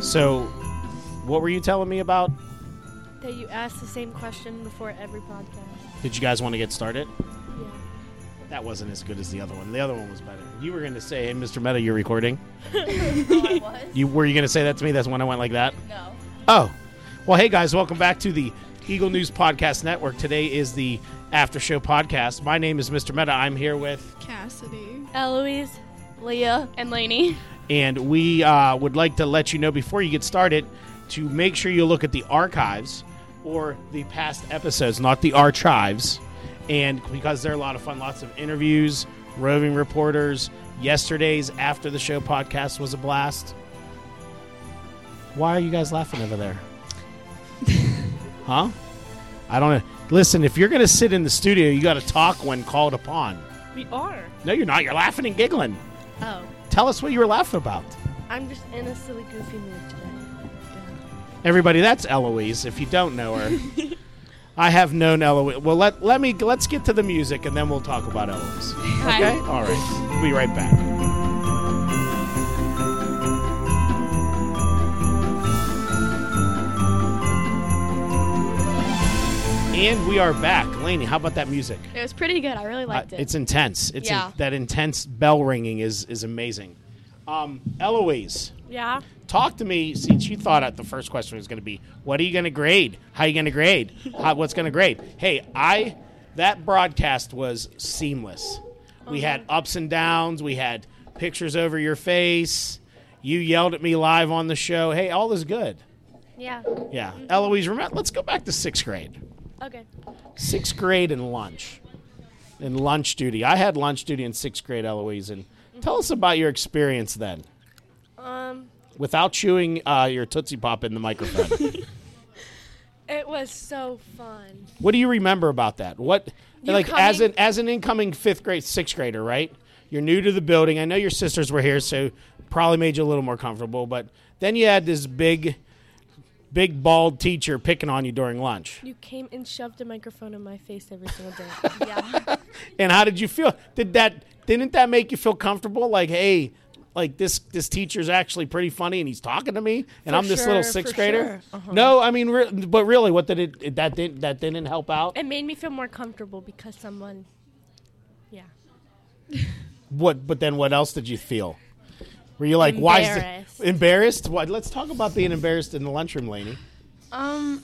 So, what were you telling me about? That you ask the same question before every podcast. Did you guys want to get started? Yeah. That wasn't as good as the other one. The other one was better. You were going to say, "Hey, Mr. Meta, you're recording." Oh, I was? You were you going to say that to me? That's when I went like that. No. Oh, well, hey guys, welcome back to the Eagle News Podcast Network. Today is the after show podcast. My name is Mr. Meta. I'm here with, Cassidy. Eloise, Leah. And Lainey. and we uh, would like to let you know before you get started to make sure you look at the archives or the past episodes, not the archives, and because they're a lot of fun. Lots of interviews, roving reporters. Yesterday's after the show podcast was a blast. Why are you guys laughing over there? huh? I don't know. Listen, if you're going to sit in the studio, you got to talk when called upon. we are. No, you're not. You're laughing and giggling. Oh, Tell us what you were laughing about. I'm just in a silly, goofy mood today. Everybody, that's Eloise. If you don't know her, I have known Eloise. Well, let let me let's get to the music and then we'll talk about Eloise. Okay. All right. We'll be right back. And we are back, Laney. How about that music? It was pretty good. I really liked Uh, it. It's intense. It's in- Yeah. that intense bell ringing is is amazing. Um, Eloise, Yeah. talk to me since you thought out the first question was going to be what are you going to grade how you going to grade how, what's going to grade hey i that broadcast was seamless we had ups and downs we had pictures over your face you yelled at me live on the show hey all is good Yeah. yeah eloise remember let's go back to sixth grade Okay. sixth grade and lunch and lunch duty i had lunch duty in sixth grade eloise and tell us about your experience then Um, without chewing uh, your tootsie pop in the microphone it was so fun. What do you remember about that? What You like as coming- an as an incoming fifth grade, sixth grader, right? You're new to the building. I know your sisters were here, so probably made you a little more comfortable. But then you had this big, big bald teacher picking on you during lunch. You came and shoved a microphone in my face every single day. Yeah. And how did you feel? Did that didn't that make you feel comfortable? Like, hey, like this this teacher's actually pretty funny, and he's talking to me, and For I'm this sure, little for sixth grader. sure. Uh-huh. No, I mean, re- but really, what did it that didn't that didn't help out? It made me feel more comfortable because someone. Yeah. What? But then, what else did you feel? Were you like, why? Is Embarrassed. the, embarrassed? What? Let's talk about being embarrassed in the lunchroom, Laney. um,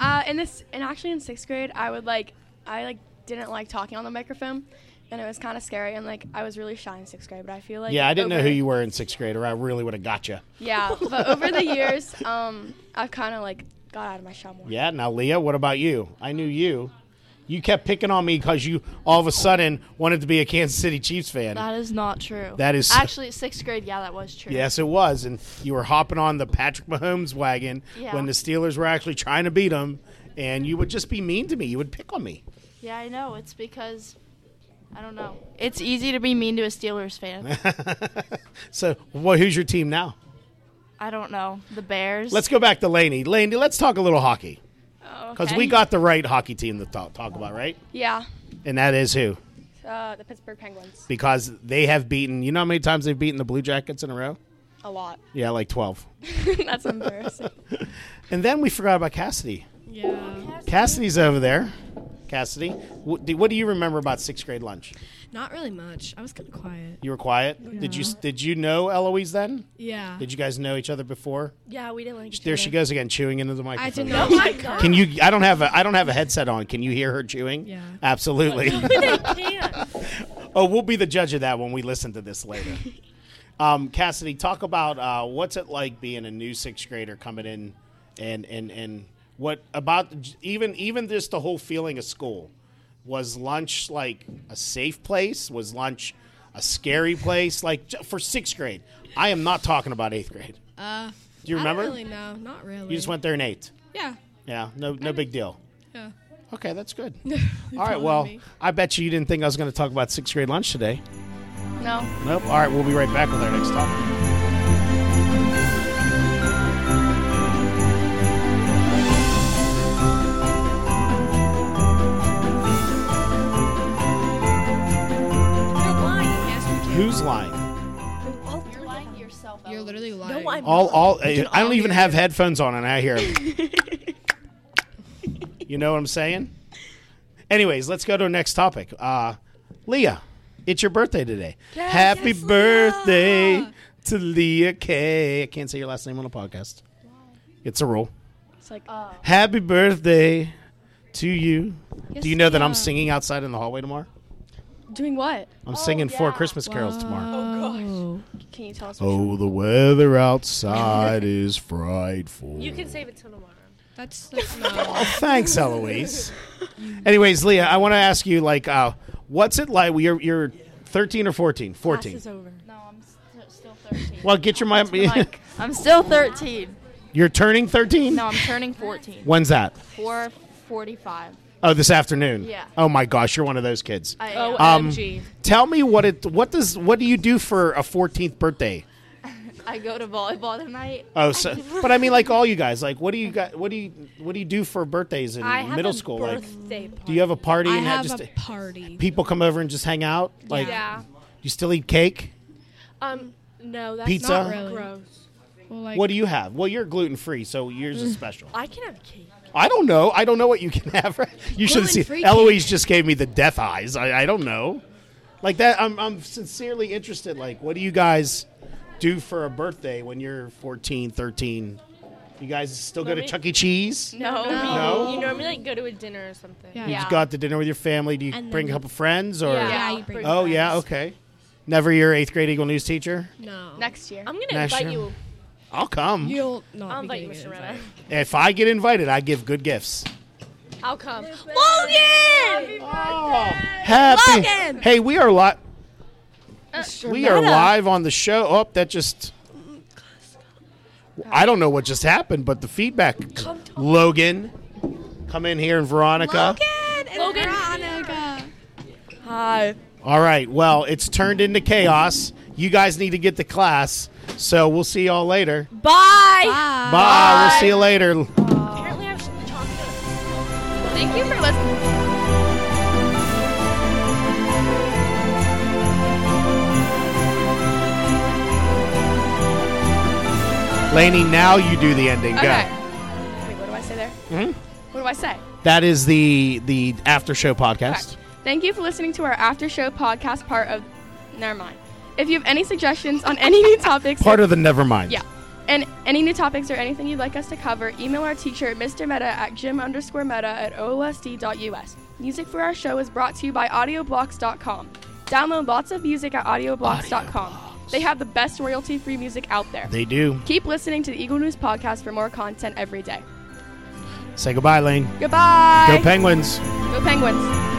uh, in this, and actually in sixth grade, I would like, I like didn't like talking on the microphone, and it was kind of scary, and like I was really shy in sixth grade, but I feel like yeah, I didn't know over- who you were in sixth grade, or I really would have got you. Yeah, but over the years, um, I've kind of like got out of my shell more. Yeah. Now, Leah, what about you? I knew you. You kept picking on me because you all of a sudden wanted to be a Kansas City Chiefs fan. That is not true. That is- actually sixth grade. Yeah, that was true. Yes, it was, and you were hopping on the Patrick Mahomes wagon Yeah. when the Steelers were actually trying to beat him, and you would just be mean to me. You would pick on me. Yeah, I know. It's because I don't know. It's easy to be mean to a Steelers fan. So, well, who's your team now? I don't know. The Bears. Let's go back to Laney. Laney, let's talk a little hockey. Oh, Because okay. we got the right hockey team to talk, talk about, right? yeah, And that is who? uh, the Pittsburgh Penguins Because they have beaten, you know how many times they've beaten the Blue Jackets in a row? a lot. Yeah, like 12. That's embarrassing. And then we forgot about Cassidy. Yeah. Cassidy's over there. Cassidy, what do, what do you remember about sixth grade lunch? Not really much. I was kind of quiet. You were quiet. Did you did you know Eloise then? Yeah. Did you guys know each other before? Yeah, we didn't like each There other. she goes again, chewing into the microphone. I did Oh not. my god. Can you? I don't have a I don't have a headset on. Can you hear her chewing? Yeah. Absolutely. they can't. Oh, we'll be the judge of that when we listen to this later. um, Cassidy, talk about uh, what's it like being a new sixth grader coming in, and and and what about even even just the whole feeling of school? Was lunch like a safe place? Was lunch a scary place? Like j- for sixth grade, I am not talking about eighth grade. Uh, Do you remember? I don't really know. Not really. You just went there in eighth. Yeah. Yeah, no, no big deal. Yeah. Okay, that's good. You're All right, telling well, me. I bet you you didn't think I was going to talk about sixth grade lunch today. no. Nope. All right, we'll be right back with our next topic. You're lying. Yes, you can. Who's lying? You're lying to yourself. You're You're literally lying. No, I'm All, not. all. eh, I can all don't even hear have headphones on, and I hear. 'em. you know what I'm saying? Anyways, let's go to our next topic. Uh, Leah, it's your birthday today. Happy Yes, Leah! birthday to Leah K. I can't say your last name on the podcast. It's a rule. It's like, Happy birthday to you. Do you know that I'm Leah. singing outside in the hallway tomorrow? doing what? I'm singing four yeah. Christmas carols tomorrow. Oh gosh. Can you tell us? what Oh, the weather outside is frightful. You can save it till tomorrow. That's that's not. Oh, Thanks, Eloise. Anyways, Leah, I want to ask you, like, uh, what's it like? You're, you're 13 or 14? 14. over. No, I'm st- still 13. Well, get your mind. Like, I'm still 13. you're turning 13? No, I'm turning 14. When's that? 4:45. Oh, this afternoon. Yeah. Oh my gosh, you're one of those kids. I am. uh, Um, OMG. Tell me what it. What does? What do you do for a 14th birthday? I go to volleyball tonight. Oh, so, but I mean, like all you guys, like, what do you got? What do you? What do you do for birthdays in I have middle a school? Like, birthday party. do you have a party I and have just a party. people come over and just hang out? Like, yeah. you still eat cake? Um. No, that's Pizza? not Not really. gross. Well, like, What do you have? Well, you're gluten free, so yours is special. I can have cake. I don't know. I don't know what you can have. You should have Gluten-free seen. cake. Eloise just gave me the death eyes. I, I don't know. Like that, I'm, I'm sincerely interested. Like, what do you guys do for a birthday when you're 14, 13? You guys still go to me- Chuck E. Cheese? No? Oh, No. You You normally, normally like go to a dinner or something. Yeah. You Yeah. just go out to dinner with your family. Do you And bring a then- couple friends? Or Yeah. Yeah, you bring oh yeah, okay. Never your eighth grade Eagle News teacher. No. Next year. I'm gonna Nice invite show. you. I'll come You'll not I'll be invite you, getting Mr. it. Renner. if I get invited. I give good gifts. I'll come. Logan! Happy. Hey, we are live. we are Renetta. live on the show. Oh, that just. I don't know what just happened, but the feedback. Logan, come in here and Veronica. Logan. Hi. All right. Well, it's turned into chaos. You guys need to get to class. So we'll see y'all later. Bye. Bye. We'll see you later. Apparently, I should talk to Thank you for listening. Laney, now you do the ending. Okay. Go. Wait, what do I say there? Mm-hmm. What do I say? That is the the after show podcast. Thank you for listening to our after show podcast part of. Never mind. If you have any suggestions on any new topics, Part of the Nevermind. yeah, and any new topics or anything you'd like us to cover, email our teacher Mr. Meta at gym underscore meta at olsd.us. Music for our show is brought to you by AudioBlocks.com. Download lots of music at AudioBlocks.com. They have the best royalty-free music out there. They do. Keep listening to the Eagle News podcast for more content every day. Say goodbye, Lane. Goodbye. Go Penguins. Go Penguins.